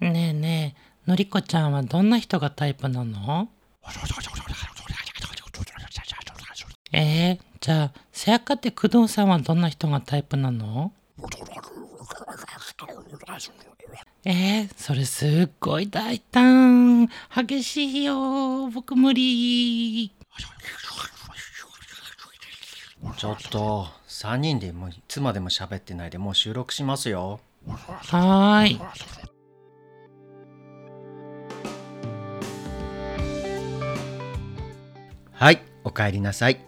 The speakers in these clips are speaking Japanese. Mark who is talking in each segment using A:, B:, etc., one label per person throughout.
A: ねえねえ、のりこちゃんはどんな人がタイプなのえー、じゃあ、せやかて工藤さんはどんな人がタイプなのえー、それすっごい大胆。激しいよ。僕無理。
B: ちょっと3人でもういつまでも喋ってないでもう収録しますよ
A: はーい。
B: はいお帰りなさい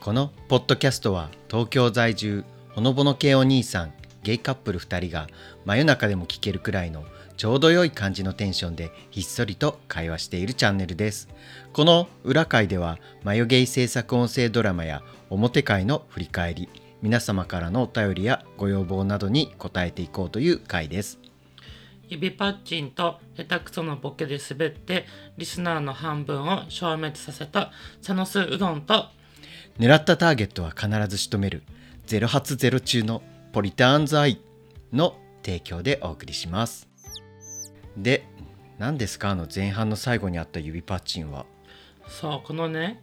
B: このポッドキャストは東京在住ほのぼの系お兄さんゲイカップル2人が真夜中でも聞けるくらいのちょうど良い感じのテンションでひっそりと会話しているチャンネルですこの裏会ではマヨゲイ制作音声ドラマや表会の振り返り皆様からのお便りやご要望などに答えていこうという回です
A: 指パッチンと下手くそのボケで滑って、リスナーの半分を消滅させたサノスうどんと、
B: 狙ったターゲットは必ず仕留める0発0中のポリターンズアイの提供でお送りしますで何ですかあの前半の最後にあった指パッチンは
A: そう、このね、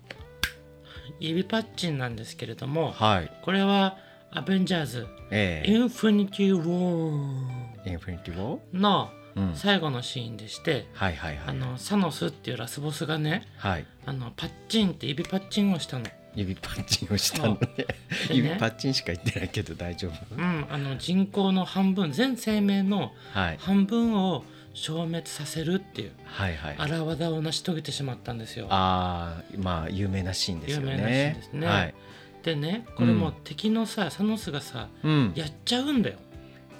A: 指パッチンなんですけれども、
B: はい
A: これはアベンジャーズ、
B: え
A: インフィニティ・ウォ
B: えインフィニティウォー
A: ーの
B: うん
A: 最後のシーンでして、
B: はいはいは
A: あ
B: い
A: のサノスっていうラスボスがね
B: はい
A: あのパッチンって指パッチンをしたの。
B: 指パッチンをしたのね
A: で
B: 指
A: ね
B: パッチンしか言ってないけど大丈夫
A: うん、あの人口の半分全生命の
B: はい
A: 半分を消滅させるっていう
B: はいはい
A: 荒技を成し遂げてしまったんですよ。
B: あーまあ有名なシーンですよね
A: 有名なシーンですね
B: はい
A: でねこれも
B: うん
A: 敵のさ、サノスがさ
B: うんや
A: やっちゃうんだよ。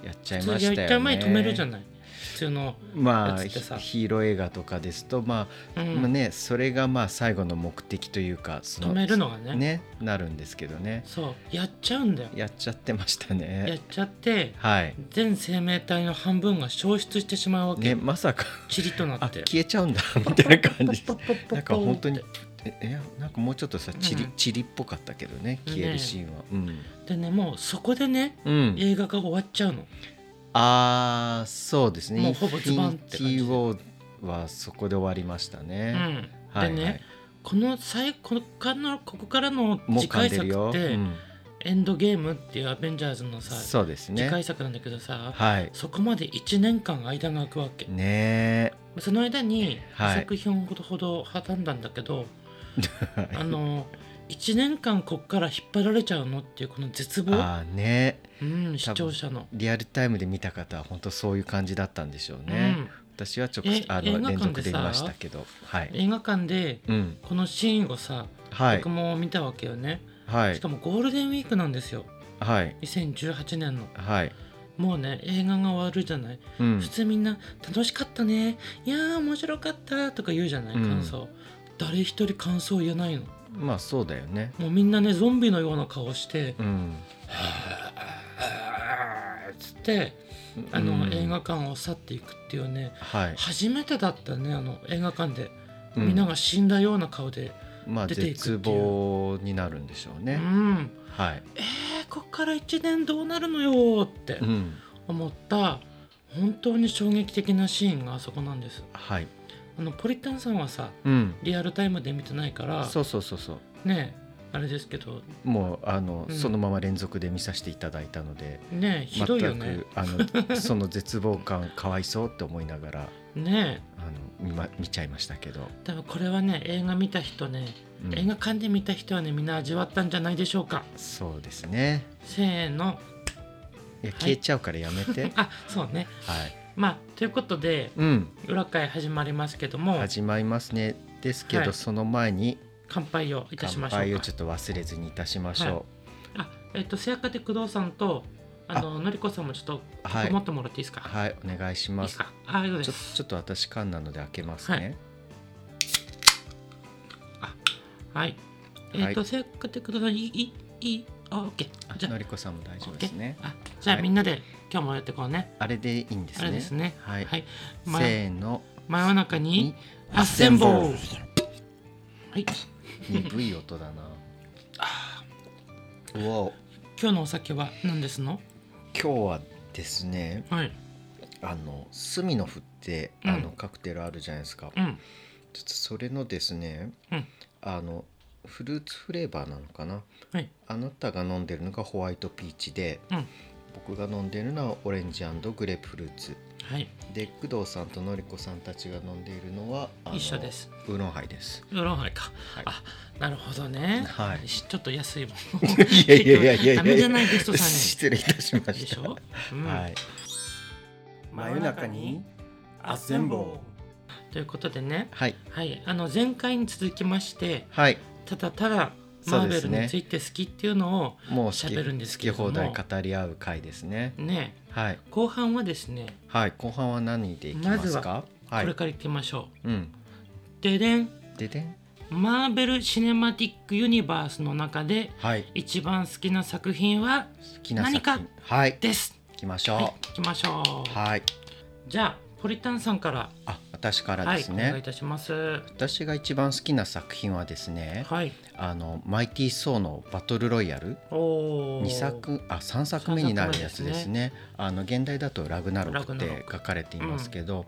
B: っちゃい
A: 普
B: ま
A: 通
B: した
A: やっ
B: よね
A: ちゃう前に止めるじゃない。普通の、
B: まあ
A: やつ
B: ヒ
A: ってさ
B: ヒーロー映画とかですとまあ
A: うん
B: まあね、それがまあ最後の目的というかそ
A: 止めるのがね
B: ねなるんですけどね
A: そうやっちゃうんだよ。
B: やっちゃってました
A: や
B: ね
A: っちゃって
B: はい
A: 全生命体の半分が消失してしまうわけ。
B: ねまさか
A: チリとな
B: あ
A: って。
B: 消えちゃ うんだみたいな感じ
A: ポッポッポッポッポッ
B: なんか本当に
A: っ
B: えいやなんかもうちょっとさチリ,、
A: うん
B: チリっぽかったけどね消えるシーンは、
A: てでねもうそこでね
B: うん、うん、
A: 映画が終わっちゃうの。
B: あーそうですね
A: もうほぼズバンって感じ
B: インフィニティウォーはそこで終わりました
A: う
B: ね、
A: ん、
B: は
A: でねこの最ここからのここからの
B: もう
A: 次
B: 噛ん
A: 回
B: で
A: 作
B: るよ、
A: っ
B: う
A: て、
B: ん、
A: エンドゲームっていうアベンジャーズのさ、
B: そうです
A: 次
B: ね
A: 回作なんだけどさ、
B: はい
A: そこまで1年間間が空くわけ、
B: ね
A: その間に
B: はい
A: 作品ほどほど挟んだんだけど、
B: え
A: あの1年間こっから引っ張られちゃうのっていうこの絶望、
B: あーね
A: うん、視聴者の、
B: リアルタイムで見た方は本当そういう感じだったんでしょう
A: う
B: ね。
A: ん、
B: 私は直接
A: え
B: あ
A: 映
B: の
A: 画館
B: 連続
A: でさ
B: で見ましたけど、はい。
A: 映画館で
B: うん、
A: このシーンをさ、
B: はい
A: 僕、も見たわけよね、
B: は
A: し
B: い
A: か、もゴールデンウィークなんですよ
B: はい、
A: 2018年の
B: はい、
A: もうね映画が終わるじゃない
B: うん
A: 普、通みんな「楽しかったね」「いやー面白かった」とか言うじゃない
B: うん
A: 感想、誰一人感想言えないの
B: まあそうだよね。
A: もうみんなねゾンビのような顔して
B: うん、
A: 「つってあの、
B: うん
A: 映画、館を去っていくっていうね
B: はい、
A: 初めてだったねあの映画館で、
B: うん
A: みんなが死んだような顔で
B: まあ
A: 出ていくっていう
B: 絶望になるんでしょう
A: 「う
B: ね。
A: ん
B: はい、
A: えー、こっから1年どうなるのよ」って
B: うん、
A: 思った本当に衝撃的なシーンがあそこなんです
B: はい、
A: あのポリタンさんはさ
B: うん、
A: リアルタイムで見てないから
B: そうそうそうそう。
A: ねあれですけど
B: もうあの、
A: うん
B: そのまま連続で見させていただいたので。
A: ねひどいよね
B: 全くあのその絶望感かわいそうって思いながら
A: ね
B: あの見,、ま、見ちゃいましたけど、
A: 多分これはね映画見た人ね、
B: うん
A: 映画館で見た人はねみんな味わったんじゃないでしょうか
B: そうですね。
A: せーの
B: いや
A: はい
B: 消えちゃうからやめて。はい。
A: あそうねまあということで
B: うん。
A: 裏会始まりますけども
B: 始まりますね。ですけど、
A: はい
B: その前に
A: 乾杯をいた
B: 乾
A: しましょ
B: 杯
A: う
B: を
A: か
B: ちょっと忘れずにいたしましょ
A: あえっ、とせやかて工藤さんとあののりこさんもちょっと
B: う。はい。
A: 持
B: は
A: ってもらっていいですか、
B: い、お願いし
A: い、い
B: ま
A: です
B: す。
A: かあそうで
B: ちょ
A: す
B: ちょっと私缶なので開けますね。
A: はいえっ、とせやかて工藤さんいいいいあオッケーじゃ
B: あの
A: あ
B: りこさんも大丈夫ですね。
A: あじゃあ
B: はい
A: みんなで今日もやってこうね、
B: あれでいいんです
A: あ
B: ね。
A: れですね。
B: はいせ
A: ま
B: ーの。
A: 真夜中に
B: に
A: あっせんぼう。
B: あっ
A: はい。
B: 鈍い音だな。うわお。
A: 今日のお酒は何ですの？
B: 今日はですね、
A: はい。
B: あのスミノフって、
A: うん
B: あのカクテルあるじゃないですか、
A: うん
B: ちょっとそれのですね、
A: うん
B: あのフルーツフレーバーなのかな、
A: はい
B: あなたが飲んでるのがホワイトピーチで、
A: うん
B: 僕が飲んでるのはオレンジグレープフルーツ
A: はい
B: で工藤さんとのりこさんたちが飲んでいるのはあの
A: 一緒です
B: ウーロンハイです
A: ウーロンハイか、
B: はい
A: あなるほどね、
B: はい
A: しちょっと安いも
B: いやいやいやいやいや
A: ダメじゃないゲストさんに
B: 失礼いたしま
A: ので
B: し
A: したょ、うん
B: はい、
A: 真夜中にあっせんぼということでね
B: はい
A: はいあの前回に続きまして
B: はい
A: ただただマ
B: そう
A: ー
B: で
A: ベ
B: す
A: ル
B: ね
A: について好きっていうのを
B: もう好き
A: 喋るんですけれ
B: 好き
A: ども
B: 放題語り合う回ですね
A: ね
B: はい
A: 後半はですね
B: はい後半は何でいきますかは
A: こ
B: い
A: れからいきましょう、
B: うん
A: ででん
B: ででん
A: マーベル・シネマティック・ユニバースの中で
B: はい
A: 一番好きな作品は
B: 好きな作品
A: 何
B: はい
A: です
B: 行きまし
A: はい
B: ょ
A: 行きましょ
B: う
A: う
B: はい
A: じゃあポリタンさんから
B: あ私から
A: は
B: で
A: い
B: す
A: お
B: ね、
A: 願いいたします
B: 私が一番好きな作品はですね、
A: はい
B: あのマイティー・ソーのバトルロイヤル
A: おー
B: 2作あ3作目になるやつですねあの現代だと「ラグナロク」っ
A: ラグナロ
B: て
A: ク
B: 書かれていますけど、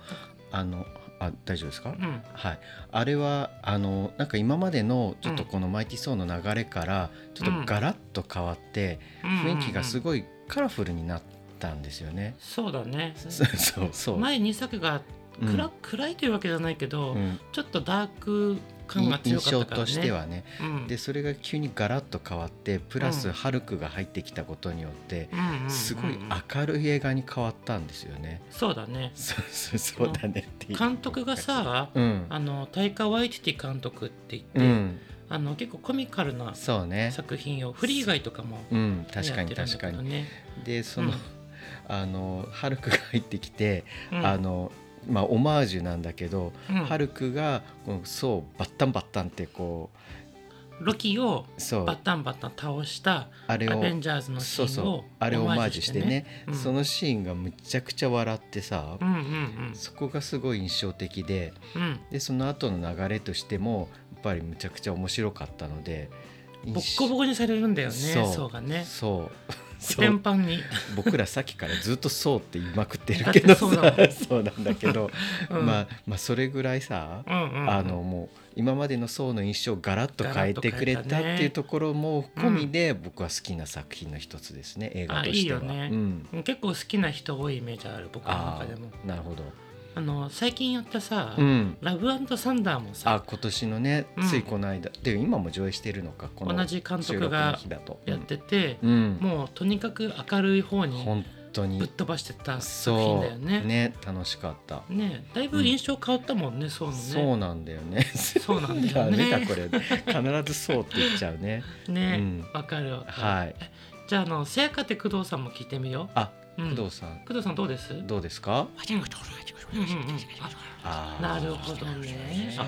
B: あのあ大丈夫ですか、
A: うん
B: はい、あれはあのなんか今までのちょっとこの「マイティー・ソー」の流れからちょっとガラッと変わって、雰囲気がす
A: い
B: ごいカラフルになったんです よね。
A: そうだね
B: そうそうそう、
A: 前2作が
B: うん
A: 暗,、暗いというわけじゃないけど、
B: うん
A: ちょっとダーク感が強か
B: 印
A: っ
B: 象
A: たからね
B: として、はね
A: うん、
B: でそれが急にガラッと変わってプラ
A: う
B: ス
A: ん
B: ハルクが入ってきたことによって
A: うんうんうんうん
B: すごい明るい映画に変わったんですよね。
A: そうだね
B: そうそうそうだねっていう
A: 監督がさ
B: うん
A: あのタイカ・ワイティティ監督って言って、
B: うん
A: あの結構コミカルな
B: そうね
A: 作品をフリー以外とかも、ね、
B: うん確か
A: やって
B: に
A: るん
B: 確
A: だ
B: か
A: けど
B: に。
A: ね、
B: でその、
A: うん
B: あのハルクが入ってきて、
A: うん
B: あ、のまあオマージュなんだけど、
A: うん
B: ハルクがこの層バッタンバッタンってこ
A: ロキを
B: うそう
A: バッタンバッタン倒した
B: あれ
A: ア
B: を
A: ベンジャーズのシ
B: そう
A: ーン
B: そう
A: を
B: あれをオマージュしてね
A: うん
B: そのシーンがむちゃくちゃ笑ってさ、
A: うんうん
B: そこがすごい印象的で
A: うんうん
B: でその後の流れとしてもやっぱりむちゃくちゃ面白かったので
A: ボッコボコにされるんだよね
B: そう
A: そうがね
B: そうそ
A: 天
B: う
A: 板 に、
B: 僕らさっきからずっと「そう」って言いまくってるけ どさ
A: だって
B: そうなんだけど、
A: うん
B: まあ、まあそれぐらいさ、
A: うんうんうん
B: あのもう今までの層の印象をガラッと変えてくれたっていうところも込みで、僕は好きな作品の一つですね映画としては。
A: あいいよね
B: うん、
A: 結構好きな人多いイメージある僕の
B: あ
A: 中でも
B: ーなるほど、
A: あの最近やったさ、
B: うん、
A: ラブサンダーもさ
B: あ今年のね
A: うん
B: ついこの間、で今も上映してるのかこの
A: 同じ監
B: 収
A: 督
B: 録の
A: が
B: 日だと
A: やってて、
B: うん、うん
A: もうとにかく明るい方に
B: 本当
A: ぶっ
B: に
A: 飛ばしてった作品
B: そ
A: だよ
B: う
A: ね。ね
B: 楽しかった。
A: だいぶ印象変わったもんね、そうのね。
B: そうなんだよね。
A: そうなんだよ ね
B: ダメだこれ。必ずそうって言っちゃう ね。う
A: ね
B: ん、
A: わ、かるわかる。
B: はい。
A: じゃああのせやかて工藤さんも聞いてみよ
B: あ、
A: う。うん
B: 工藤さん
A: 工藤さんどうです？
B: どうですか？
A: うんうんうん
B: あー
A: なるほどねあ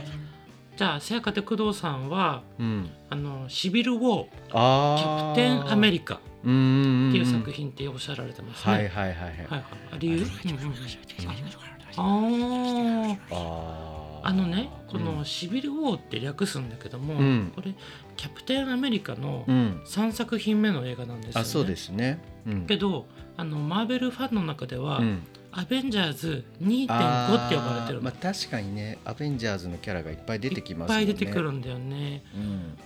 A: じゃあせやかて工藤さんは
B: うん。
A: あのシビルウォーキ
B: あ
A: ャ
B: あ。
A: プテンアメリカっ
B: カ。うん。
A: ていう作。品っておっしゃられてますね。
B: はいはいはいはい。
A: はいはい。あ理由？うんうんうんああ。
B: あー
A: あのねこ
B: う
A: の
B: ん
A: 「シビル王」って略すんだけども、
B: うん
A: これキャプテンアメリカの
B: うん。
A: 3作品目の映画なんですよ、ね
B: あ、そうですね。うん。
A: けどあのマーベルファンの中では「
B: うん。
A: アベンジャーズ2.5」
B: あ
A: って
B: ー
A: 呼ばれてるの、
B: まあ確かにね、アベンジャーズのキャラがいっぱい出てきますもん
A: い
B: ね。
A: っぱい出てくる。んだよね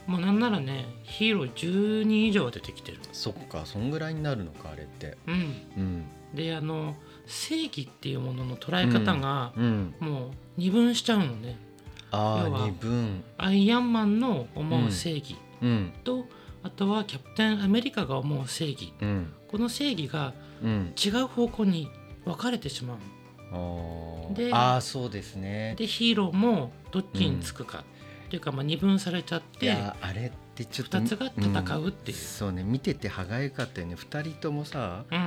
B: うん。
A: もうなんならねヒーロー12以上出てきてる
B: そっか、そんぐらいになるのかあれって。
A: うん
B: うん。
A: であの正義っていうものの捉え方が
B: うん。
A: もう二分しちゃうのね、
B: あ
A: 要
B: あ、
A: は
B: 二分。
A: アイアンマンの思う正義
B: うん。
A: と、あとはキャプテンアメリカが思う正義
B: うん。
A: この正義が
B: うん。
A: 違う方向に分かれてしまう
B: あ
A: で
B: ーあー、そうですね。
A: でヒーローもどっちにつくか、っていうかまあ二分されちゃっ
B: い
A: て
B: やあれってちょっと
A: 二つが戦うっていうん
B: そうね見てて歯がゆかったよね2人ともさ
A: うん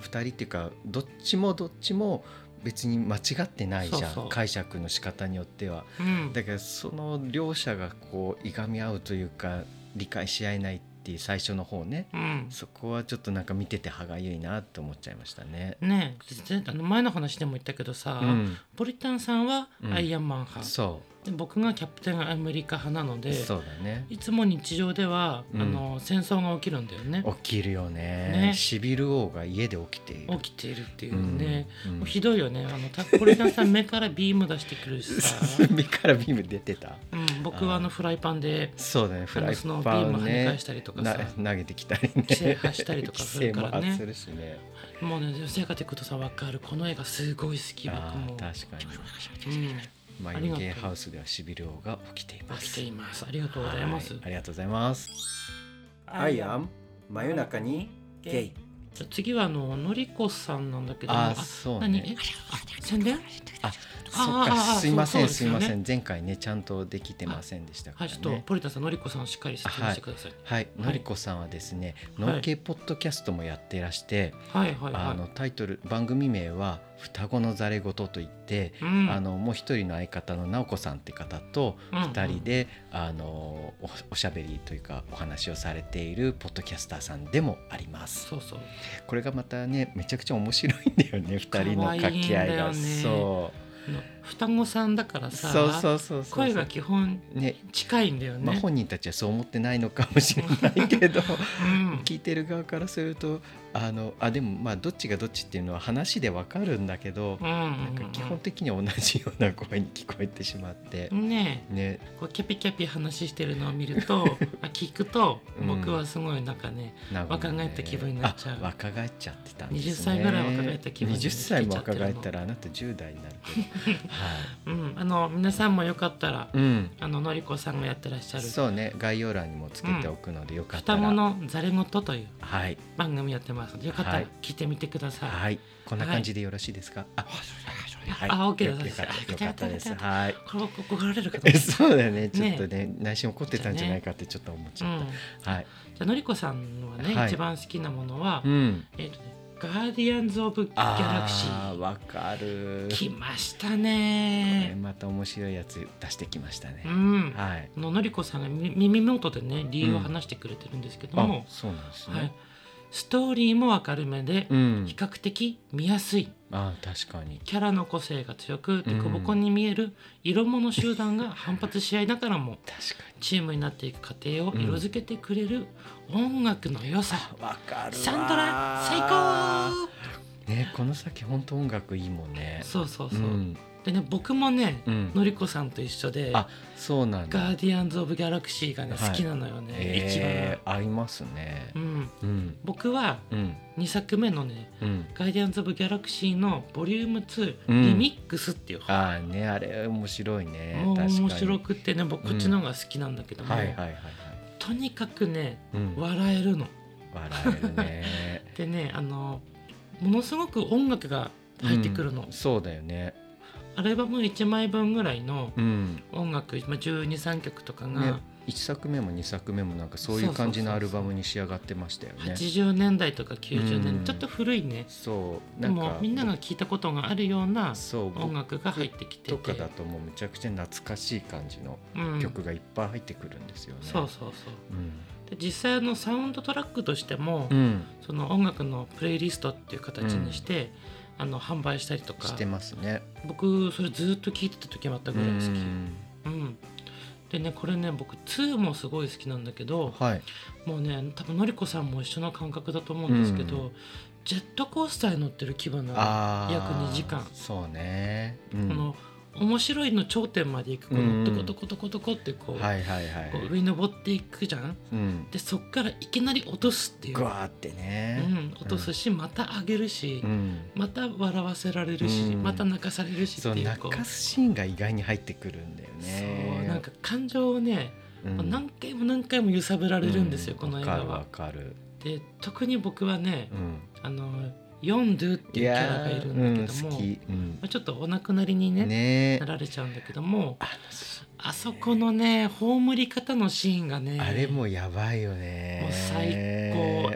B: 2人っていうかどっちもどっちも別に間違ってないじゃん
A: そうそう
B: 解釈の仕方によっては
A: うん
B: だからその両者がこういがみ合うというか理解し合えないっていう最初の方ね
A: うん
B: そこはちょっとなんか見てて歯がゆいなって思っちゃいましたね。
A: ねえ全然あの前の話でも言ったけどさ、
B: うん、
A: ポリタンさんは
B: うん
A: アイアンマン派、
B: そう
A: で僕がキャプテンアメリカ派なので
B: そうだね
A: いつも日常では、
B: うん
A: あの戦争が起きるんだよね
B: 起きるよね
A: ね
B: シビル王が家で起きている
A: 起きているっていうね、
B: うん
A: もうひどいよねあのタコリさんさ目からビーム出してくるしさ、
B: 目からビーム出てた
A: うん、僕はあのフライパンで
B: そうだねフライ
A: その
B: パン
A: ビーム
B: を
A: 跳ね
B: ね
A: 返したりとかさ
B: な投げてきたりね
A: 規制発したりとかするからね
B: 規制も発するしね
A: もうね女性がてくとさ分かるこの絵がすごい好き僕
B: あ
A: も
B: ー確かに
A: うん
B: マ
A: あり
B: イ
A: がとう
B: ゲイハウスではシビル王が起きていま
A: 起
B: す
A: きていますありがとうございます、
B: はいありがとうございます真夜中にゲイ
A: じゃあ次はあののりこさんなんだけど
B: あーそう
A: 何え
B: ね
A: あ宣伝
B: あ
A: あー
B: そっ
A: あーあ
B: か
A: ー
B: すいません
A: そう
B: す
A: そうですよ
B: い
A: ね
B: ません前回ねちゃんとできてませんでしたか
A: はい
B: ら
A: ちょっと
B: ね
A: ポリタさんのりこさんしっかり説明してください
B: はい
A: はい
B: のりこさんはですね
A: はい
B: 農系ポッドキャストもやっていらして
A: はいはい
B: あ
A: は
B: のタイトル番組名は双子のざれ言といって
A: いうん
B: あのもう一人の相方の直子さんって方と
A: うん
B: 二人で、あのおおしゃべりというかお話をされているポッドキャスターさんでもあります。
A: そうそう
B: これがまたねめちゃくちゃ面白いん だよね二人の掛け合
A: 可
B: いが
A: 愛いんだよね
B: そ
A: あの双子さんだから
B: う
A: さ
B: そうそうそうそう
A: 声が基本
B: ね
A: 近いんだよね、
B: まあ、本人たちはそう思ってないのかもしれない けど
A: うん
B: 聞いてる側からするとあのあでもまあどっちがどっちっていうのは話でわかるんだけど、
A: うん
B: なんか基本的には同じような声に聞こえてしまって、
A: ね
B: ね
A: えこうキャピキャピ話してるのを見る とあ聞くと
B: うん
A: 僕はすごいなんかね、若返った気分になっちゃう
B: あ若返っちゃってたんですね。
A: 20歳ぐらい若返った気分に
B: 二
A: なっちゃ
B: 十
A: って
B: 歳も若返ったらあなた10代になる けど。はい。
A: うん、あの皆さんもよかったら
B: うん。
A: あののりこさんがやってらっしゃる
B: そうね概要欄にもつけておくのでよかった
A: 双
B: ら。
A: 子のざれ言という
B: はい
A: 番組やってますのでよかった
B: は
A: ら
B: い
A: 聞いてみてください、
B: はいこんな感じでよろしいですか。あはい
A: あ OK です
B: よよかったよかったです。
A: よか
B: はい。
A: これ怒られるかと
B: え
A: 思った
B: そうだねちょっとね内心怒ってたんじゃないかってちょっと思っち
A: う
B: ゃっ
A: ん
B: た。はい。
A: じゃあのりこさんのはね、
B: はい
A: 一番好きなものは、
B: うん。
A: えっ、とね「ガーディアンズ・オブ・ギャラクシ
B: あー
A: ー
B: わか」る。
A: 来ました
B: これ
A: ね
B: また面白いやつ出してきましたね
A: う。ん
B: はい。
A: あののりこさんがみ耳元でね理由を話してくれてるんですけど
B: あ
A: も、
B: そうなんですね。
A: はい、ストーリーも明るめで、
B: うん
A: 比較的見やすい
B: あー確かに
A: キャラの個性が強く
B: う
A: 凸
B: ん
A: 凹に見える色物集団が反発し合いながらも
B: 確か
A: チームになっていく過程を色づけてくれる音楽の良さ、
B: にわかる
A: サントラ最高
B: ねこの先本当音楽いいもんね
A: そうそうそう、
B: ん
A: でね僕もね、
B: うん
A: のりこさんと一緒で
B: あそうなんだ
A: ガーディアンズ・オブ・ギャラクシーがね
B: はい
A: 好きなのよね、
B: えー、合いますね
A: 一番、うん、
B: うん
A: 僕は
B: うん
A: 2作目のね
B: うん
A: 「ガーディアンズ・オブ・ギャラクシー」のボリューム2、
B: うん
A: リミックスっていう本
B: あーねあれ面白いね
A: もう
B: 確かに
A: 面白くってね僕こっちの方が好きなんだけども、
B: はいはいはいはい
A: とにかくね
B: うん
A: 笑えるの。
B: 笑えるね
A: でねあのものすごく音楽が 入ってくるの、
B: うんそうだよね
A: アルバム1枚分ぐらいの
B: うん
A: 音楽、まあ、123曲とか
B: ね
A: が
B: 一作目も二作目もなんかそういう感じのアルバムに仕上がってましたよね
A: 80年代とか90年、
B: うん
A: ちょっと古いね
B: そう
A: で
B: なん
A: も
B: か
A: みんなが聞いたことがあるような
B: そう僕
A: 音楽が入ってきて
B: と
A: て
B: かだともうむちゃくちゃ懐かしい感じの
A: うん
B: 曲がいっぱい入ってくるんですよね。
A: そうそうそう
B: うん
A: で実際あのサウンドトラックとしても、
B: うん、
A: その音楽のプレイリストっていう形にして、あの販売したりとか
B: してますね。
A: 僕それずっと聞いてた時もあったぐらい好き、
B: うん
A: うん、でねこれね僕2もすごい好きなんだけど
B: はい。
A: もうね多分のりこさんも一緒の感覚だと思うんですけど、
B: う
A: ジェットコースターに乗ってる気分なの
B: ああ。
A: 約二時間
B: そうね。う
A: こ
B: ん。
A: の面白いの頂点まで行くこ
B: うん
A: のトコトコトコトコってこう,、
B: はいはいは
A: こう
B: い。
A: 上に登っていくじゃん
B: うん。
A: でそっからいきなり落とすっていう、
B: ぐわーって
A: う
B: ね。
A: ん、落とすしまた上げるし、
B: うん。
A: また笑わせられるし、
B: うん
A: また泣かされるし
B: そう
A: っていう
B: 泣
A: こう
B: かすシーンが意外に入ってくるんだよね。
A: そうなんか感情をね、
B: うん、
A: 何回も何回も揺さぶられるんですよ、
B: う
A: この映画
B: わ
A: は。
B: かるわかる。
A: で特に僕はね、
B: うん。
A: あのヨンドゥっていうキャラがいるんだけど
B: いやーうん、好
A: も、
B: き。うん
A: ま。あちょっとお亡くなりにね
B: ね
A: なられちゃうんだけども
B: あのシーン
A: あそこのね葬り方のシーンがね
B: あれもやばいよね。
A: もう最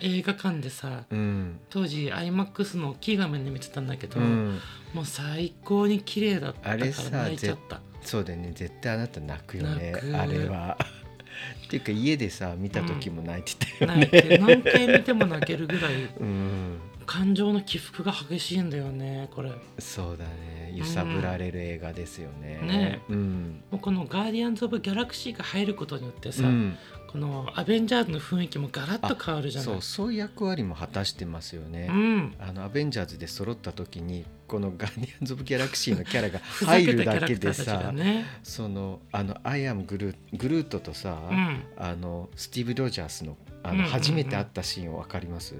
A: 高映画館でさ
B: うん。
A: 当時 iMAX の大きい画面で見てたんだけど、
B: うん。
A: もう最高に綺麗だったか
B: あ
A: ら
B: れさ
A: 泣いちゃった。
B: そうだよね。絶対あなた泣くよね
A: 泣。く
B: あれは。 っていうか家でさ見た時も泣いてたよ
A: 泣い
B: ね。
A: て何回見ても泣けるぐらい
B: うん。
A: 感情の起伏が激しいんだよねこれも
B: そうだね揺さぶられる映画ですよね。
A: うんね
B: うん
A: うこの「ガーディアンズ・オブ・ギャラクシー」が入ることによってさ、
B: うん
A: この「アベンジャーズ」の雰囲気もガラッと変わるじゃない
B: そうそういう役割も果たしてますよね。
A: うん
B: あのアベンジャーズで揃った時にこの「ガーディアンズ・オブ・ギャラクシー」のキャラが
A: ふざ
B: 入
A: けた
B: る
A: キャ
B: だ
A: ラ
B: け
A: クタ
B: で
A: ーたちが
B: さ、
A: ね
B: そのあのアイアムグルーグルートとさ、
A: うん
B: あのスティーブ・ロジャースの
A: う
B: あ
A: んうん
B: の
A: うん
B: 初めて会ったシーンを分かります、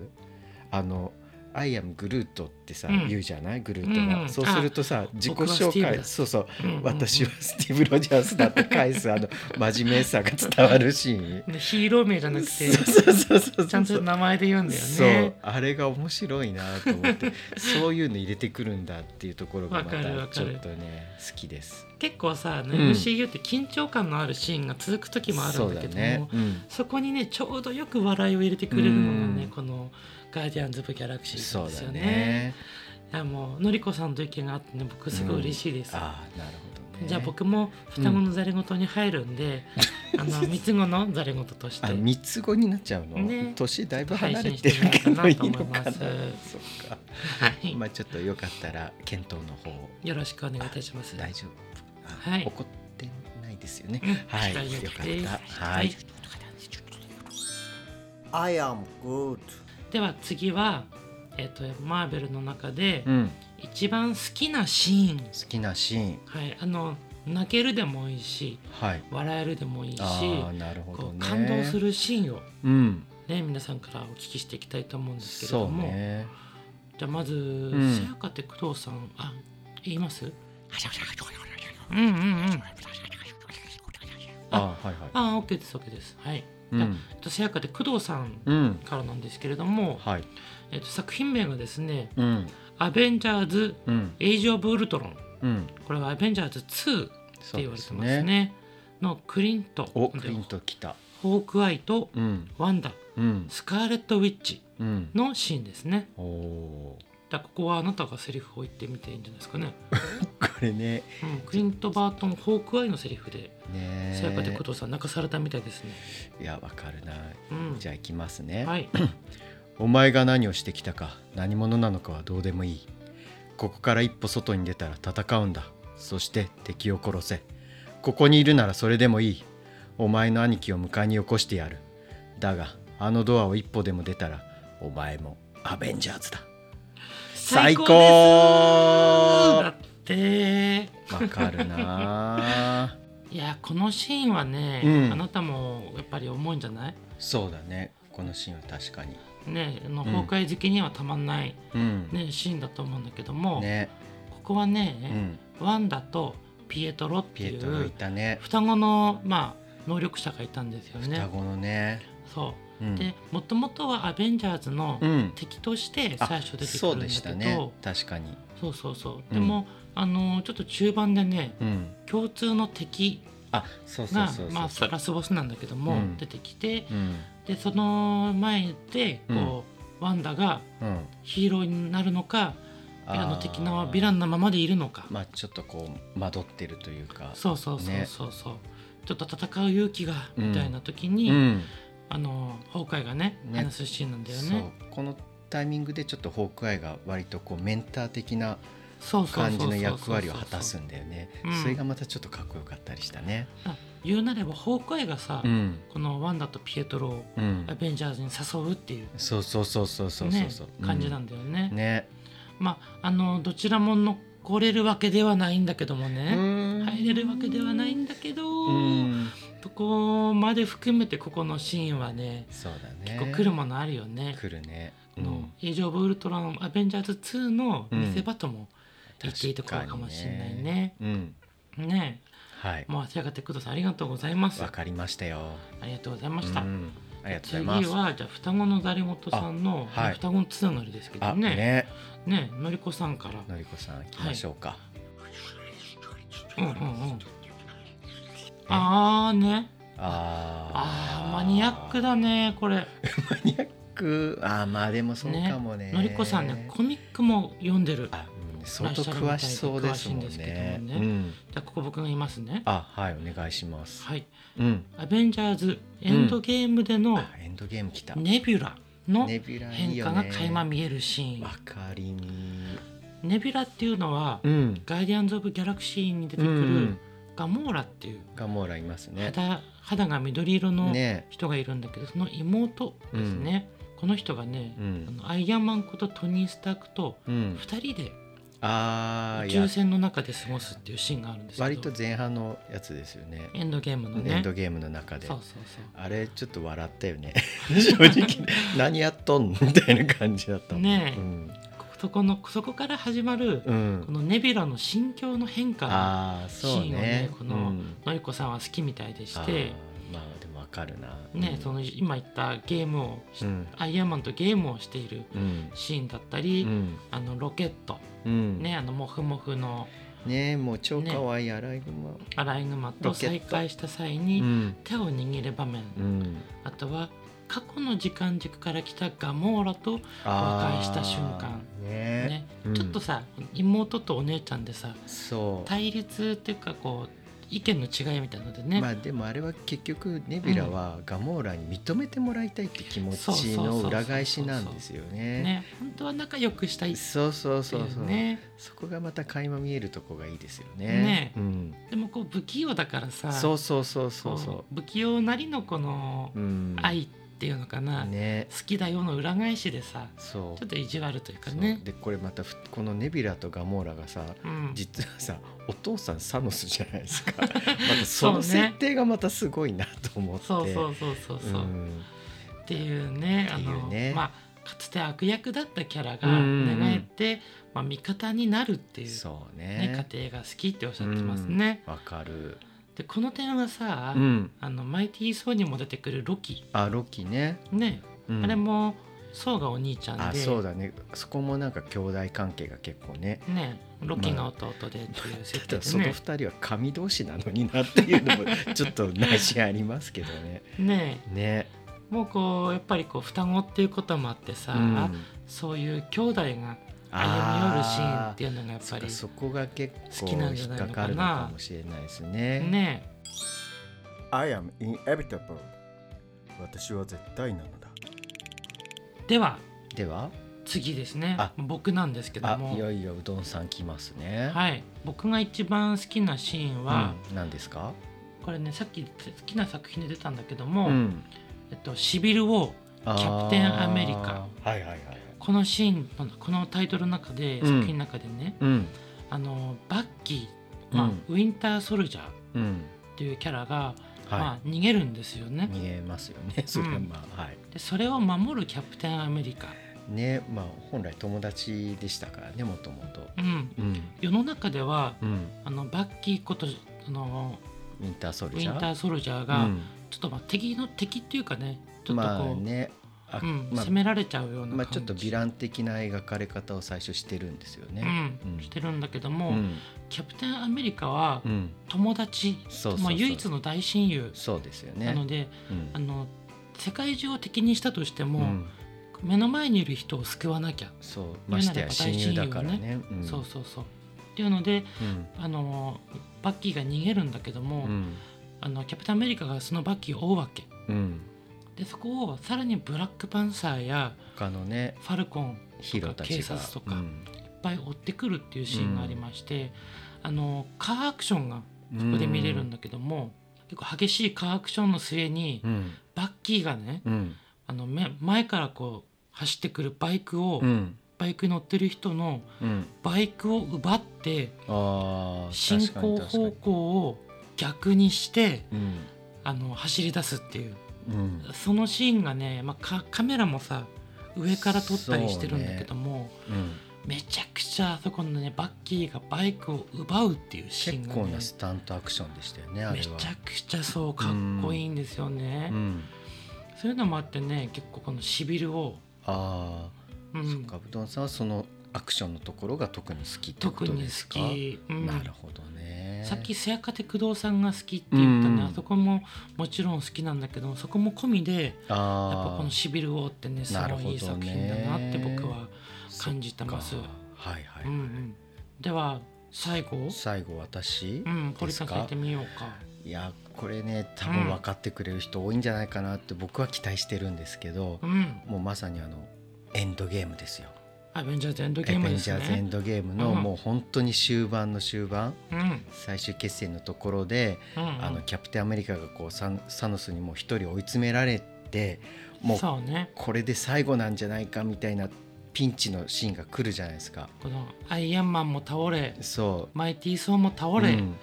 B: あの「アイアムグルート」ってさ、
A: うん
B: 言うじゃないグルートが、
A: うん
B: そうするとさ自己
A: 僕はスティ
B: 紹
A: ーブ
B: 介
A: だ
B: そうそう、
A: うんうんうん
B: 私はスティーブ・ロジャースだ」って返 すあの真面目さが伝わるシーン。
A: ねヒーロー名じゃなくて
B: そうそうそうそう
A: ちゃんと名前で言うんだよ
B: そう
A: ね
B: あれが面白いなと思ってそういうの入れてくるんだっていうところがまた
A: わかるわ
B: ち
A: か
B: ょ
A: る
B: っとね好きです。
A: 結構さ、ね
B: うん
A: MCU って緊張感のあるシーンが続く時もあるんだけどもそ
B: そうだねうん
A: こにねちょうどよく笑いを入れてくれるのがね、
B: うん
A: この「ガーディアンズ・オブ・ギャラクシー」
B: そ
A: で
B: う
A: す
B: だ
A: よね
B: ね。
A: いやもうのりこさんと意見があってね僕すごい嬉しいです、
B: ああなるほどね。
A: じゃあ僕も双子のざれ言に入るんで、あ の三つ子のざれ言として
B: あ三つ子になっちゃうの。
A: ね
B: 年だいぶ離れてるけどい
A: 配
B: い
A: 信して
B: の
A: もら
B: か
A: え
B: な。
A: たらと
B: そ
A: 思います
B: っか。
A: はい、
B: まあちょっとよかったら検討の方を
A: よろしくお願いいたします。
B: 大丈夫。あ
A: はい
B: 怒ってないですよね
A: うん。
B: はい。
A: 大丈夫
B: よかっ
A: です
B: た。はい。
C: I am good.
A: では次は、えっとマーベルの中で
B: うん。
A: 一番好きなシーン、
B: 好きなシーン。
A: はい、あの泣けるでもいいし
B: はい。
A: 笑えるでもいいし、
B: ああなるほど
A: こう
B: ね。
A: 感動す。るシーンを、
B: うん。
A: ね、皆さんからお聞きしていきたいと思うんですけれ
B: そ
A: ど
B: う
A: も、
B: ね。
A: じゃあまず、
B: ん
A: さやかて工藤さんあ言いますうんうんうん
B: あはいはい。
A: あ OK です OK ですはい、
B: う
A: じゃあ
B: ん。
A: えっと、さやかて工藤さん
B: うん。
A: からなんですけれども、
B: はい。
A: えっと、作品名がですね
B: うん。
A: 「アベンジャーズ・
B: うん。
A: エイジ・オブ・ウルトロン
B: うん。」
A: これは「アベンジャーズ2」って
B: そう
A: 言われ
B: で
A: て
B: す
A: ますね
B: ね。
A: のクリント
B: おクリント来た。
A: ホークアイと
B: うん。
A: ワンダ
B: うん。
A: スカーレット・ウィッチ
B: うん。
A: のシーンですね
B: おお
A: だからここはあなたがセリフを言ってみていいんじゃないですかね、
B: ー。これね。
A: うん、クリント・バートンホークアイのセリフで
B: ね
A: さやかで工藤さん泣かされたみたいですね、
B: いやわかるな。
A: うん、
B: じゃあ行きますね。
A: はい
B: お前が何をしてきたか何者なのかはどうでもいい。ここから一歩外に出たら戦うんだ。そして敵を殺せ。ここにいるならそれでもいい。お前の兄貴を迎えに起こしてやる。だがあのドアを一歩でも出たらお前もアベンジャーズだ。最高
A: だって
B: わかるな。
A: いやこのシーンはね、
B: うん
A: あなたもやっぱり思うんじゃない
B: そうだね。このシーンは確かに。
A: ねあの
B: うん
A: 崩壊好きにはたまんない、
B: うん。
A: ねシーンだと思うんだけども、
B: ね。
A: ここは
B: う
A: ね、
B: ん。
A: ワンダとピエトロって
B: ピエ
A: い
B: トロいうたね。
A: 双子の、まあ、能力者がいたんですよね
B: 双。子のね。。
A: そううんでもともとはアベンジャーズの
B: うん。
A: 敵として
B: あ
A: 最初出てくる
B: そうん
A: だ
B: で
A: け
B: した
A: ど、
B: ね確かに
A: そうそうそう
B: うん
A: でも、あのちょっと中盤でね
B: うん
A: 共通の敵
B: あそうそう
A: が
B: そうそう
A: まあラスボスなんだけども、
B: うん
A: 出てきて
B: うん
A: でその前でこう、ワンダが
B: うん
A: ヒーローになるのかヴィランの敵なヴィラ
B: ン
A: ンのままでいるのか、
B: まあちょっとこう惑ってるというか
A: そうそうそう
B: ね
A: そうそう、ちょっと戦う勇気が
B: うん
A: みたいな時に、
B: ん
A: あの崩壊がね
B: ね
A: 話すシーンなんだよ
B: そ
A: ね
B: うこのタイミングでちょっとホークアイが割とこうメンター的な
A: そうそうそう
B: 感
A: そ
B: じ
A: う
B: の役割を果たすんだよね
A: うん
B: それがまたちょっとかっこよかったりしたね
A: あ言うなれば崩壊がさ、
B: ん
A: このワンダとピエトロを
B: うん
A: アベンジャーズに誘うっていう、ね
B: そうそうそうそうそうそうそううん
A: 感じなんだよね。
B: ね
A: まああのどちらも残れるわけではないんだけどもね、入
B: 入
A: れるわけではないんだけど、
B: うん
A: そこまで含めてここのシーンはね
B: そうだね
A: 結構来るものあるよね。
B: 来るね
A: あの「エイジ・オブ・ウルトラン」「アベンジャーズ2」の見せ場とも言っていいところかもしれないね。
B: うん
A: ね
B: はい
A: えもうせやがて工藤さんありがとうございます。
B: わ
A: あ
B: かりましたよ
A: りがとうございました。
B: うんありがとうござ
A: 次
B: います。
A: はじゃあ双子のざりもとさんの、
B: あはい
A: 双子のつながりですけど
B: あ
A: ねね
B: ね、
A: のりこさんから、
B: のりこさん行きましょうか。
A: うんうんうん、ああね
B: あ
A: あ
B: ー
A: ーマニアック。だねこれ
B: マニアック。あーまあでもそうかもね。
A: のりこさんねコミックも読んでる
B: あ、うん、相当詳しそうですもん
A: 詳しいんですけ
B: ね。
A: どもね
B: うん。
A: じゃあここ僕が言いますね
B: あはいお願いします。
A: はい
B: うん。
A: 「アベンジャーズエンドゲーム」での
B: あエンドゲーム来た。
A: ネビュラの
B: ネビュラいい
A: 変
B: よ
A: 化
B: ね
A: が垣間見えるシーン
B: わかりみ
A: ネビュラっていうのは、
B: うん
A: ガイディアンズ・オブ・ギャラクシーに出て
B: う
A: くる、
B: ん
A: ガモーラっていう
B: ガモーラいますね
A: 肌肌が緑色の
B: ね
A: 人がいるんだけど、その妹ですね、この人がね
B: う、
A: あ
B: ん
A: のアイアンマンことトニー・スタークと
B: うん
A: 2人で
B: ああ
A: 宇
B: いや
A: 宙船の中で過ごすっていうシーンがあるんですけ
B: 割
A: ど
B: と前半のやつですよね
A: エンドゲームのね
B: エンドゲームの中で
A: そうそうそう
B: あれちょっと笑ったよ ね正直何やっとんのみたいな感じだったもん
A: ねえ
B: うん
A: こそこのそこから始まる、
B: うん
A: このネビュラの心境の変化
B: ああそう
A: シーンを
B: ね
A: ねこの
B: うん
A: のりこさんは好きみたいでし
B: あ
A: て
B: ー、まあでもわかるな
A: ね
B: うん
A: その今言ったゲームをし、
B: うん
A: アイアンマンとゲームをしている
B: うん
A: シーンだったり、
B: うん
A: あのロケット、
B: うん
A: ねあのモフモフの
B: ねえもう超可愛いアライグマ
A: アライグマ
B: ロ
A: と
B: ケ
A: 再
B: ット
A: 会した際
B: う
A: に、
B: ん
A: 手を握る場面、
B: うん
A: あとは過去の時間軸から来たガモーラと、
B: あー
A: 和解した瞬間
B: ね
A: ね
B: うん
A: ちょっとさ妹とお姉ちゃんでさ
B: そう
A: 対立っていうかこう意見の違いみたいのでね、
B: まあでもあれは結局ネビュラはガモーラに認めてもらいたいって気持ちの裏返しなんですよね。
A: ね本当は仲良くしたいって
B: そうそう
A: い
B: そう
A: う
B: そう。
A: ね
B: そこがまた垣間見えるとこがいいですよね。
A: ね
B: うん。
A: でもこう不器用だからさ
B: そうそうそうそうそ
A: こう不器用なりのこの
B: う。うん。
A: 愛っていうのかな、
B: ね。
A: 好きだよの裏返しでさ
B: そう
A: ちょっ。と意地悪というか
B: そう
A: ね
B: でこれまたふこのネビュラとガモーラがさ
A: うん、
B: 実はさお父さんサノスじゃないで すかまたそ
A: そう
B: の
A: ね
B: 設定がまたすごいなと思って
A: そうそうそうそうそう、
B: ん
A: っていうねあ
B: ってい
A: の
B: うね
A: まあかつて悪役だったキャラが
B: うんうんうん
A: 寝返って、まあ、味方になるっていう、
B: そう
A: ね
B: ね、
A: 家庭が好きっておっしゃってますね。
B: わかる
A: でこの点はさ、
B: ん
A: あのマイティー・ソーにも出てくるロキ
B: あロキね、
A: ね、
B: うん
A: あれもソーがお兄ちゃんで
B: あそうだねそこもなんか兄弟関係が結構ね
A: ね、ロキが弟でっていう設定
B: ただ
A: で
B: その
A: ね,、
B: 二人は神同士なのになってい うのもちょっと内心ありますけどね
A: ね
B: ね
A: もうこうやっぱりこう双子っていうこともあってさ、
B: うん
A: そういう兄弟が歩み寄るシーン
B: あ
A: っていうのがやっ
B: ーそ
A: ぱ
B: っか
A: り
B: そこが結
A: 好
B: 構
A: きなんじ
B: 引
A: ゃな
B: っ
A: い
B: か
A: の
B: か
A: かな
B: るのかもしれないですね
A: ね
B: I am inevitable 私は絶対なのだ
A: では
B: では
A: 次ですね
B: あ
A: 僕なんですけど
B: あ
A: も
B: いよいようどんさん来ますね
A: はい、僕が一番好きなシーンは、
B: うん、何ですか
A: これねさっき好きな作品で出たんだけども、
B: ん
A: えっと、シビル・ウォー
B: キ
A: ャプテンアメリカ
B: はいはいはい
A: このシーンのこのタイトルの中で、
B: うん
A: 作品の中でね
B: うん
A: あのバッキー、まあ
B: うん
A: ウィンター・ソルジャーっ
B: うん
A: ていうキャラが、
B: はい、
A: まあ、逃げるんですよね
B: 見えますよねそれはまあ、はい
A: でそれを守るキャプテンアメリカ、
B: ねまあ本来友達でしたからねもともと
A: うん、
B: うん
A: 世の中では
B: うん
A: あのバッキーことあの
B: ウィンターソ
A: ウ
B: ルジ
A: ィ
B: ャー
A: ンター・ソルジャー
B: う
A: が
B: ん
A: ちょっとまあ敵の敵っていうかねちょっとこう、
B: まあねあ
A: うん
B: まあ
A: 責められちゃうような感じ、
B: まあちょっとヴィラン的な描かれ方を最初してるんですよね
A: う
B: うん
A: ん、してるんだけども、
B: うん
A: キャプテンアメリカは
B: うん
A: 友達、
B: そうそうそう
A: まあ、唯一の大親友
B: そうですよ
A: なの
B: ね
A: で、
B: うん
A: あの世界中を敵にしたとしても、
B: うん
A: 目の前にいる人を救わなきゃ、
B: そうましてや親友だからねん
A: そうそうそう。っていうので
B: うん
A: あのバッキーが逃げるんだけども、
B: うん
A: あのキャプテンアメリカがそのバッキーを追うわけ
B: うん
A: でそこをさらにブラックパンサーや
B: 他のね
A: ファルコン
B: ヒーローたちが
A: 警察とか
B: うん
A: いっぱい追ってくるっていうシーンがありまして、あのカーアクションがここで見れるんだけども、結構激しいカーアクションの末に、
B: うん
A: バッキーがね
B: うん
A: あのめ前からこう走ってくるバイクを、
B: うん
A: バイクに乗ってる人の
B: うん
A: バイクを奪って
B: あー
A: 進行
B: 確かに
A: 方
B: 確か
A: 向を逆にして
B: に
A: あの走り出すっていう
B: うんうん
A: そのシーンがね、まあ、かカメラもさ上から撮ったりしてるんだけども、
B: うん
A: めちゃくちゃあそこのねバッキーがバイクを奪うっていうシーン
B: 結
A: が、ね
B: 構、なスタントアクションでしたよねあれ
A: め
B: は
A: ちゃくちゃそうかっこいいんですよね、
B: うん
A: そういうのもあってね結構このしびるを、
B: あ
A: う
B: ーそっ
A: ん、
B: かぶどんさんはそのアクションのところが特に好きってこ
A: 特
B: と
A: に
B: です
A: 好
B: か
A: き、うん
B: なるほどね
A: さっき「せやかて工藤さんが好き」って言ったね、
B: うん
A: あそこももちろん好きなんだけどそこも込みでやっぱ
B: あ
A: この「しびるを」ってねす
B: なる
A: ご
B: ほど
A: い
B: ね
A: いい作品だなって僕は、
B: ー
A: 感じてます
B: そっかはいは
A: うんう
B: い
A: ん、では最後、
B: 最後私
A: うん、
B: で
A: 堀
B: す
A: さん
B: か
A: さん行ってみようか
B: いやこれね多分分かってくれる人多いんじゃないかなって僕は期待してるんですけど、
A: うん、
B: もうまさにあのエンドゲームですよ。
A: アベンジャーズエンドゲ
B: エ
A: ーム
B: ン
A: で
B: ジ
A: す
B: ャーズエ
A: ね
B: ン。ドゲームの
A: うん
B: もう本当に終盤の終盤
A: うん、うん、
B: 最終決戦のところで、
A: うん
B: あのキャプテンアメリカがこうサンサノスにもう一人追い詰められてもう
A: そうね。
B: これで最後なんじゃないかみたいなピンチのシーンが来るじゃないですか。
A: このアイアンマンも倒れ、
B: そ
A: マイティー・ソーも
B: う、
A: 倒れ、
B: うん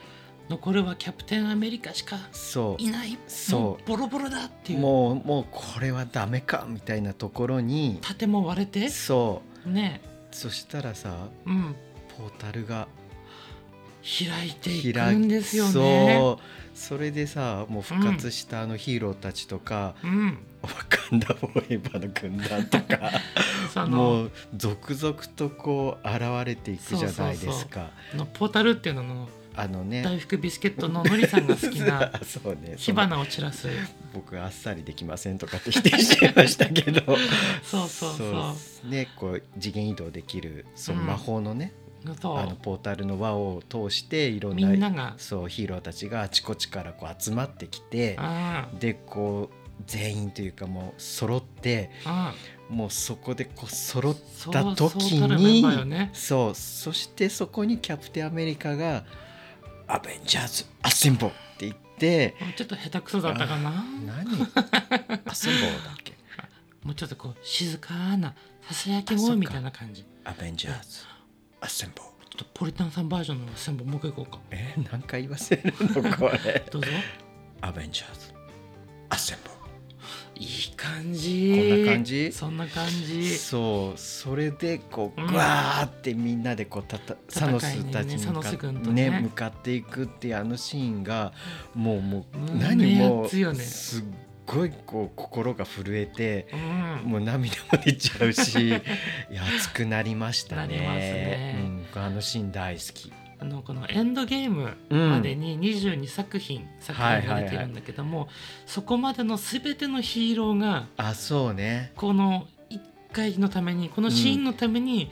A: 残るはキャプテンアメリカしか
B: そ
A: いない。
B: そう
A: もうボロボロだって
B: う
A: いう。
B: もうもうこれはダメかみたいなところに
A: 盾も割れて、
B: そう
A: ね、
B: そしたらさ
A: うん、
B: ポータルが
A: 開いていく
B: 開
A: ん
B: く
A: ですよね。
B: そうそれでさもう復活したあのヒーローたちとか、
A: うん、
B: ワカンダフォーエバーの軍団と か
A: そ
B: も
A: の
B: う続々とこう現れていくじゃないですか。
A: あのポータルっていうのの
B: あのね
A: 大福ビスケットののりさんが好きな
B: そうね
A: 火花を散らす。
B: その僕あっさりできませんとかって否定しちゃいましたけど
A: そうそうそう。
B: そうねこう次元移動できるその魔法のね、
A: そ
B: あの
A: う
B: ポータルの輪を通していろん
A: み
B: なん
A: なが、
B: そうヒーローたちがあちこちからこう集まってきて
A: あ
B: でこう全員というかもう揃って
A: あ、
B: もうそこでこう揃っ
A: そう
B: た時に
A: そうたるメンバーよね。
B: そうそしてそこにキャプテンアメリカが「アベンジャーズアッセンボー!」って言って
A: もうちょっと下手くそだったかな。
B: 「 何アッセンボーだっけ
A: もうちょっとこう静かなささやき声みたいな感じ。ち
B: アベンジャーズアッセンボー
A: ょっとポリタンさんバージョンの戦法もう一回いこうか。」
B: え何回言わせるのこれ
A: どうぞ。
B: アベンジャーズアッセンボー
A: いい感じ。
B: こんな感じ
A: そんな感じ。
B: そうそれでこう
A: うん
B: グワーってみんなでこうたたサノスたち
A: 戦い
B: に向か
A: にねサノス軍
B: っ
A: とね
B: ね向かっていくっていうあのシーンがもうもう
A: うん
B: 何もう
A: 胸熱よね
B: すっごいこう心が震えて
A: うん。
B: もう涙も出ちゃ うしいや熱くなりました
A: なります
B: ね
A: ね。
B: うん僕あのシーン大好き。
A: あのこのエンドゲーム
B: うん
A: までに22作品、作品が出てるんだけども、そこまでの全てのヒーローが
B: あそうね。
A: この一回のためにこのシーンのために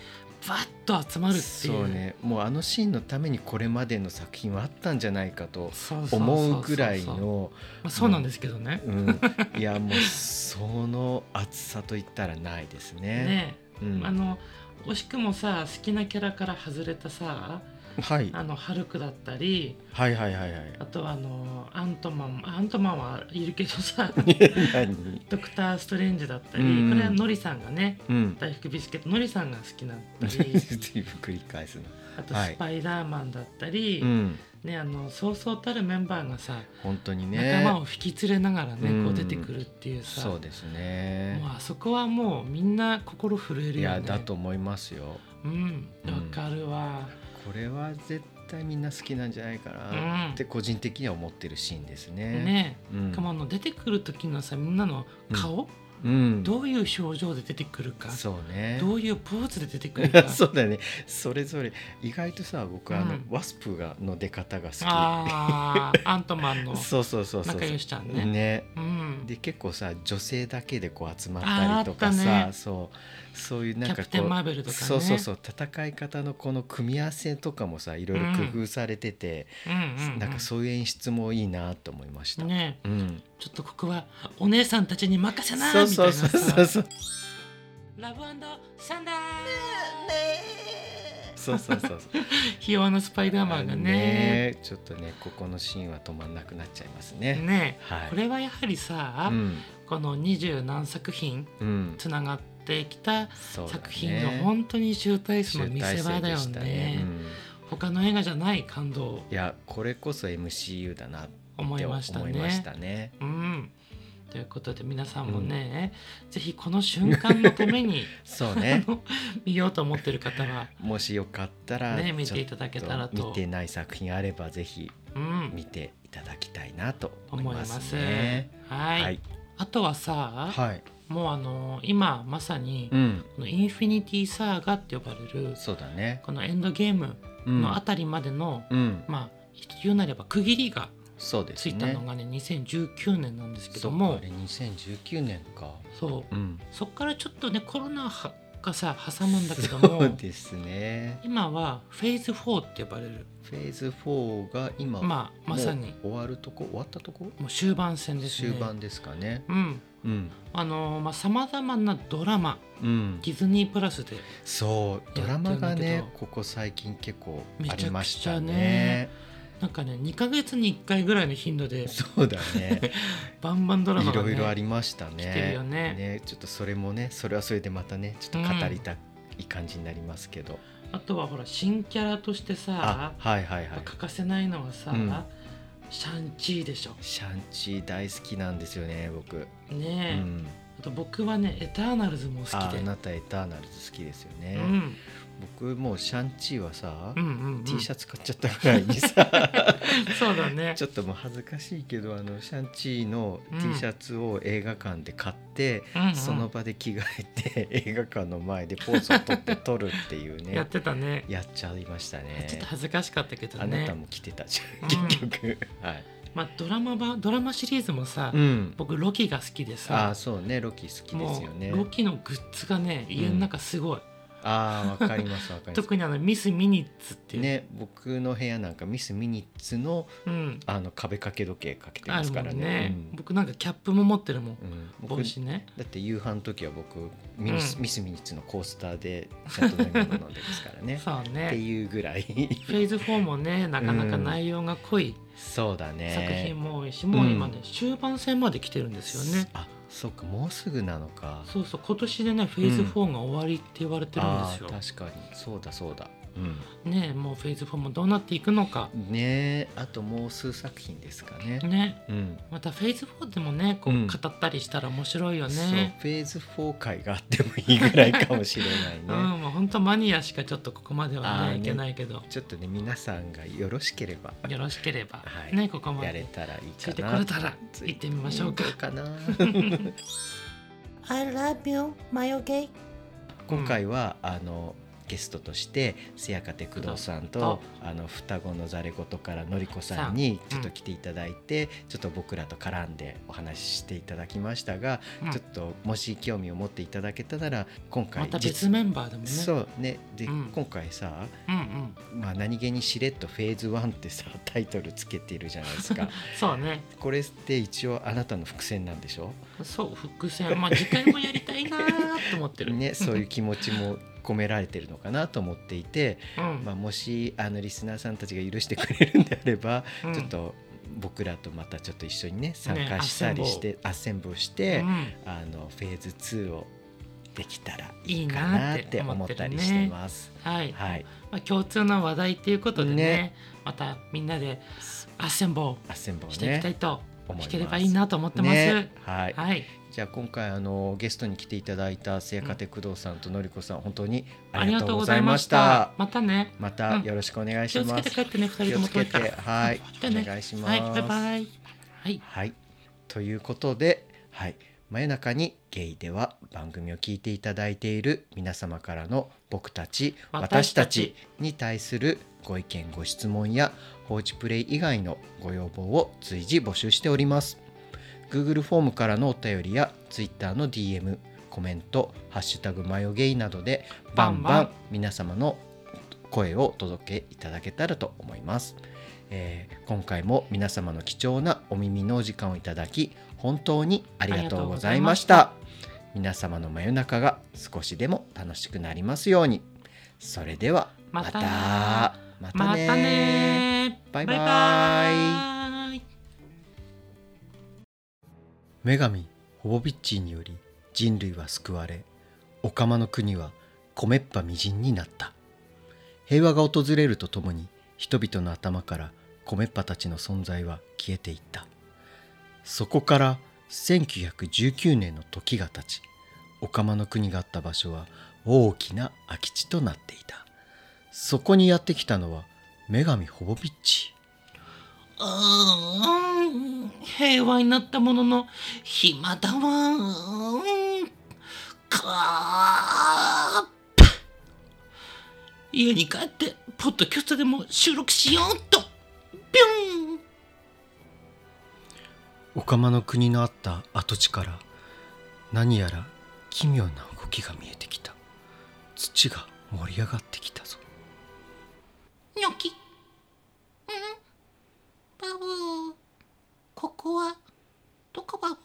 A: バッと集まるっていう,、
B: そうねもうあのシーンのためにこれまでの作品はあったんじゃないかと
A: そうそうそうそう
B: 思うぐらい
A: ま
B: の。
A: あ、そうなんですけどね
B: うん、いやもうその厚さといったらないですね。
A: ね
B: うん、
A: あの惜しくもさ好きなキャラから外れたさ
B: はい
A: あのハルクだったり
B: はいはいはいはい。
A: あとはあのアントマンアントマンはいるけど さ
B: 何？
A: ドクター・ストレンジだったり、
B: うん
A: これはノリさんがね
B: うん。
A: 大福ビスケットノリさんが好きだった
B: ずいぶん
A: り
B: 繰り返すな。
A: あと
B: はい
A: スパイダーマンだったり、
B: うん。
A: ねあのそうそうたるメンバーがさ
B: 本当にね。
A: 仲間を引き連れながらね、
B: うん
A: こう出てくるっていうさ
B: そうですね
A: もう。あそこはもうみんな心震えるよね
B: いやだと思いますよ。
A: うん
B: うん
A: わかるわ、
B: これは絶対みんな好きなんじゃないか
A: う
B: なっ
A: ん
B: て個人的には思ってるシーンですね。。
A: ね
B: うん
A: え、か。まの出てくる時のさみんなの顔、
B: うん。
A: どういう表情で出てくるか、
B: そうね。
A: どういうポーズで出てくるか
B: そうだね。それぞれ意外とさ僕あの、
A: うん
B: ワスプがの出方が好き。
A: あーアントマンの
B: そうそうそうそう
A: 仲良しちゃんね
B: ね
A: うん
B: で結構さ女性だけでこう集まったりとか
A: あーあっ
B: さ、
A: たね
B: そうそういうなん
A: キャ
B: か
A: プ
B: こ
A: テンマ
B: う
A: ーベルとかね
B: そうそうそう戦い方のこの組み合わせとかもさいろいろ工夫されてて、
A: うんうん、うん、
B: なんかそういう演出もいいなと思いました。
A: ねえ
B: うん、
A: ちょっとここはお姉さんたちに任せな
B: そう
A: みたい
B: そう
A: なさ
B: そうそうそう
A: ラブサンダー
B: そうそうそう
A: ひ弱なスパイダーマンがね
B: えちょっとねここのシーンは止まんなくなっちゃいます
A: ね
B: ね。はい。
A: これはやはりさ、
B: うん
A: この二十何作品
B: うん
A: つながってきた
B: そうだね
A: 作品の本当に集大成の見せ場だ
B: 集大成で
A: よ
B: し
A: ね
B: たねうん
A: 他の映画じゃない感動を
B: いやこれこそ MCU だなって
A: 思いました
B: 思いまし
A: ね。
B: たね。
A: うんということで皆さんもね、ぜひこの瞬間のため に
B: そうね
A: 見ようと思ってる方は、
B: もしよかったら、
A: ね見ていただけたらと
B: ちょっ見てない作品あればぜひ
A: うん、
B: 見ていただきたいなと思い
A: 思い
B: ま
A: ます。
B: すね。
A: はい、
B: はい
A: あとはさ、
B: はい、
A: もうあの今まさに
B: うん、
A: このインフィニティサーガって呼ばれる
B: そうだね。
A: このエンドゲーム
B: うん、
A: のあたりまでの、
B: うん、
A: まあ言うなれば区切りが
B: そうです
A: つ
B: ね。
A: いたのがね2019年なんですけど
B: そう
A: も
B: あれ2019年か。
A: そう
B: うん、
A: そこからちょっとねコロナはがさ挟むんだけど
B: そ
A: も
B: うですね
A: 今はフェーズ4って呼ばれる
B: フェーズ4が今、
A: まあまさに
B: もう終わるとこ終わったとこ
A: もう終盤戦ですね
B: 終盤ですかね
A: うん
B: うん
A: あのまあさまざまなドラマ
B: うん
A: ディズニープラスで
B: そうドラマが
A: やってるんだけ
B: ね
A: ど
B: ここ最近結構
A: めち
B: あ
A: ゃくちゃね
B: りましたね
A: なんかね2ヶ月に1回ぐらいの頻度で
B: そうだね
A: バンバ ンドラマ
B: い
A: が、
B: ろ
A: ね、
B: いろありましたね
A: 来てるよね
B: ちょっとそれもねそれはそれでまたねちょっと語りたい感じになりますけど、
A: あとはほら新キャラとしてさ
B: あはいはい
A: や
B: は
A: っ
B: い
A: ぱ欠かせないのはさ、
B: うん
A: シャンチーでしょ
B: シャンチー大好きなんですよね僕、う
A: ねえ、
B: ん、
A: あと僕はねエターナルズも好き
B: あ
A: で
B: あなたエターナルズ好きですよね、
A: うん
B: 僕もうシャンチーはさ、
A: うんうんうん
B: T シャツ買っちゃったぐらいにさ
A: そうだね
B: ちょっともう恥ずかしいけどあのシャンチーの
A: うん
B: T シャツを映画館で買って、
A: うんうん
B: その場で着替えて映画館の前でポーズを取って撮るっていうね
A: やってたね
B: やっちゃいましたね
A: ちょっと恥ずかしかったけど
B: あな
A: ね
B: たも着てたじゃ
A: うん
B: ん結局、はい、
A: まあドラマ版ドラマシリーズもさ、
B: うん、
A: 僕ロキが好きで
B: あ
A: さ
B: あそうねロキ好きです
A: も
B: よね
A: うロキのグッズがね家の中すごい、
B: ああわかりますわかります
A: 特にあのミス・ミニッツっていう、
B: ね僕の部屋なんかミスミニッツの
A: うん、
B: あの壁掛け時計かけて
A: あ
B: ま
A: る
B: す
A: も
B: か
A: ん
B: ら
A: ね
B: ねうん
A: 僕なんかキャップも持ってるもん
B: うん僕
A: 帽子ね
B: だって夕飯の時は僕ミニス、
A: うん
B: ミスミニッツのコースターでちゃんと飲み物飲んでますからね
A: そう
B: って
A: ね
B: いうぐらい
A: フェーズ4もねなかなか内容が濃い
B: そうだね
A: 作品も多いし、
B: ん
A: もう今ね終盤戦まで来てるんですよね
B: あそうかもうすぐなのか
A: そうそう今年でねフェーズ4が終わりって言われてるんですよ、
B: あー確かにそうだそうだう
A: ねもうフェーズ4もどうなっていくのか
B: んねえあともう数作品ですかね
A: ね
B: うん
A: またフェーズ4でもねこう
B: うん
A: 語ったりしたら面白いよ
B: そうフ
A: ね、
B: ェーズ4回があってもいいぐらいかもしれないね、
A: うん もう本当マニアしかちょっとここまでは
B: あー
A: ね
B: ね
A: いけないけど、
B: ちょっとね皆さんがよろしければ
A: よろしければ、
B: はい
A: ねここま
B: やれ
A: で
B: たらいい
A: つ
B: か
A: いてこ
B: な
A: れたら行ってみましょうか
B: どか な
A: I love you マヨゲイ
B: 今回はあのゲストとして瀬谷家工藤さんとあの双子のざれ言からのりこさんにち
A: さん
B: ょっと来ていただいて、ちょっと僕らと絡んでお話ししていただきましたが、
A: うん
B: ちょっともし興味を持っていただけたなら今回
A: また別
B: 実
A: メンバーでもね
B: そうねで、
A: うん
B: 今回さ、
A: うんうん
B: まあ、何気にしれっと「フェーズ1」ってさ タイトルつけてるじゃない ですか
A: そうね
B: これって一応あなたの伏線なんでしょ
A: そう伏線まあ次回もやりたいなーと思ってる
B: ね、そういう気持ちも込められてるのかなと思っていて、
A: うん
B: まあ、もしあのリスナーさんたちが許してくれるんであれば、
A: うん
B: ちょっと僕らとまたちょっと一緒にね参加したりして、アッセンブルして、
A: うん
B: あのフェーズ2をできたらい
A: い
B: い
A: い
B: かな
A: な
B: っ
A: ーって
B: て思
A: 思
B: っ
A: って
B: た
A: るね
B: りしてます。
A: はい、
B: はい、
A: まあ、共通の話題ということでね
B: ね
A: またみんなでアッセンボ
B: アッセンブル
A: ー
B: を
A: していきたい
B: ね
A: と
B: 思います
A: 聞ければいいなと思ってます、
B: ねはい、
A: はい
B: じゃあ今回あのゲストに来ていただいた聖家手工藤さんとのりこさん本当にあ
A: あ
B: り
A: り
B: が
A: が
B: と
A: とう
B: うご
A: ご
B: ざ
A: ざ
B: い
A: い
B: ま
A: ま
B: し
A: した
B: た。
A: またね
B: また
A: うん
B: よろしくお願いし
A: 気をつ
B: ま
A: けて
B: す。
A: 帰ってね二人とも遠いから
B: はい。
A: じゃあね
B: お願いします。
A: はいバイバイはい
B: はい、ということで、はい、真夜中にゲイでは番組を聞いていただいている皆様からの僕たち、私
A: 私
B: た
A: た
B: ち
A: ち
B: に対するご意見、ご質問や放置プレイ以外のご要望を随時募集しております。Google フォームからのお便りや Twitter の DM、コメント、ハッシュタグマヨゲイなどでバンバ
A: バン
B: ン
A: バン
B: 皆様の声をお届けいただけたらと思います。えー今回も皆様の貴重なお耳のお時間をいただき本当にありがとうございました皆様の真夜中が少しでも楽しくなりますようにそれではま
A: ま
B: た
A: た
B: ま
A: またねー
B: バイバイ
A: バイ
B: 女神ホボビッチにより人類は救われオカマの国は米っぱみじんになった平和が訪れるとともに人々の頭から米っぱたちの存在は消えていったそこから1919年の時が経ちオカマの国があった場所は大きな空き地となっていたそこにやってきたのは女神ホボビッチ
A: うーん平和になったものの暇だわーんかー家に帰ってポッドキャストでも収録しようっとぴょん
B: オカマの国のあった跡地から何やら奇妙な動きが見えてきた土が盛り上がってきたぞ
A: ニョキうんバブーここはどこバブー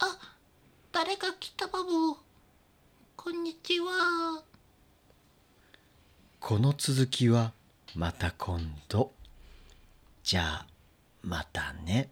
A: あ誰が来たバブーこんにちは
B: この続きはまた今度じゃあまたね。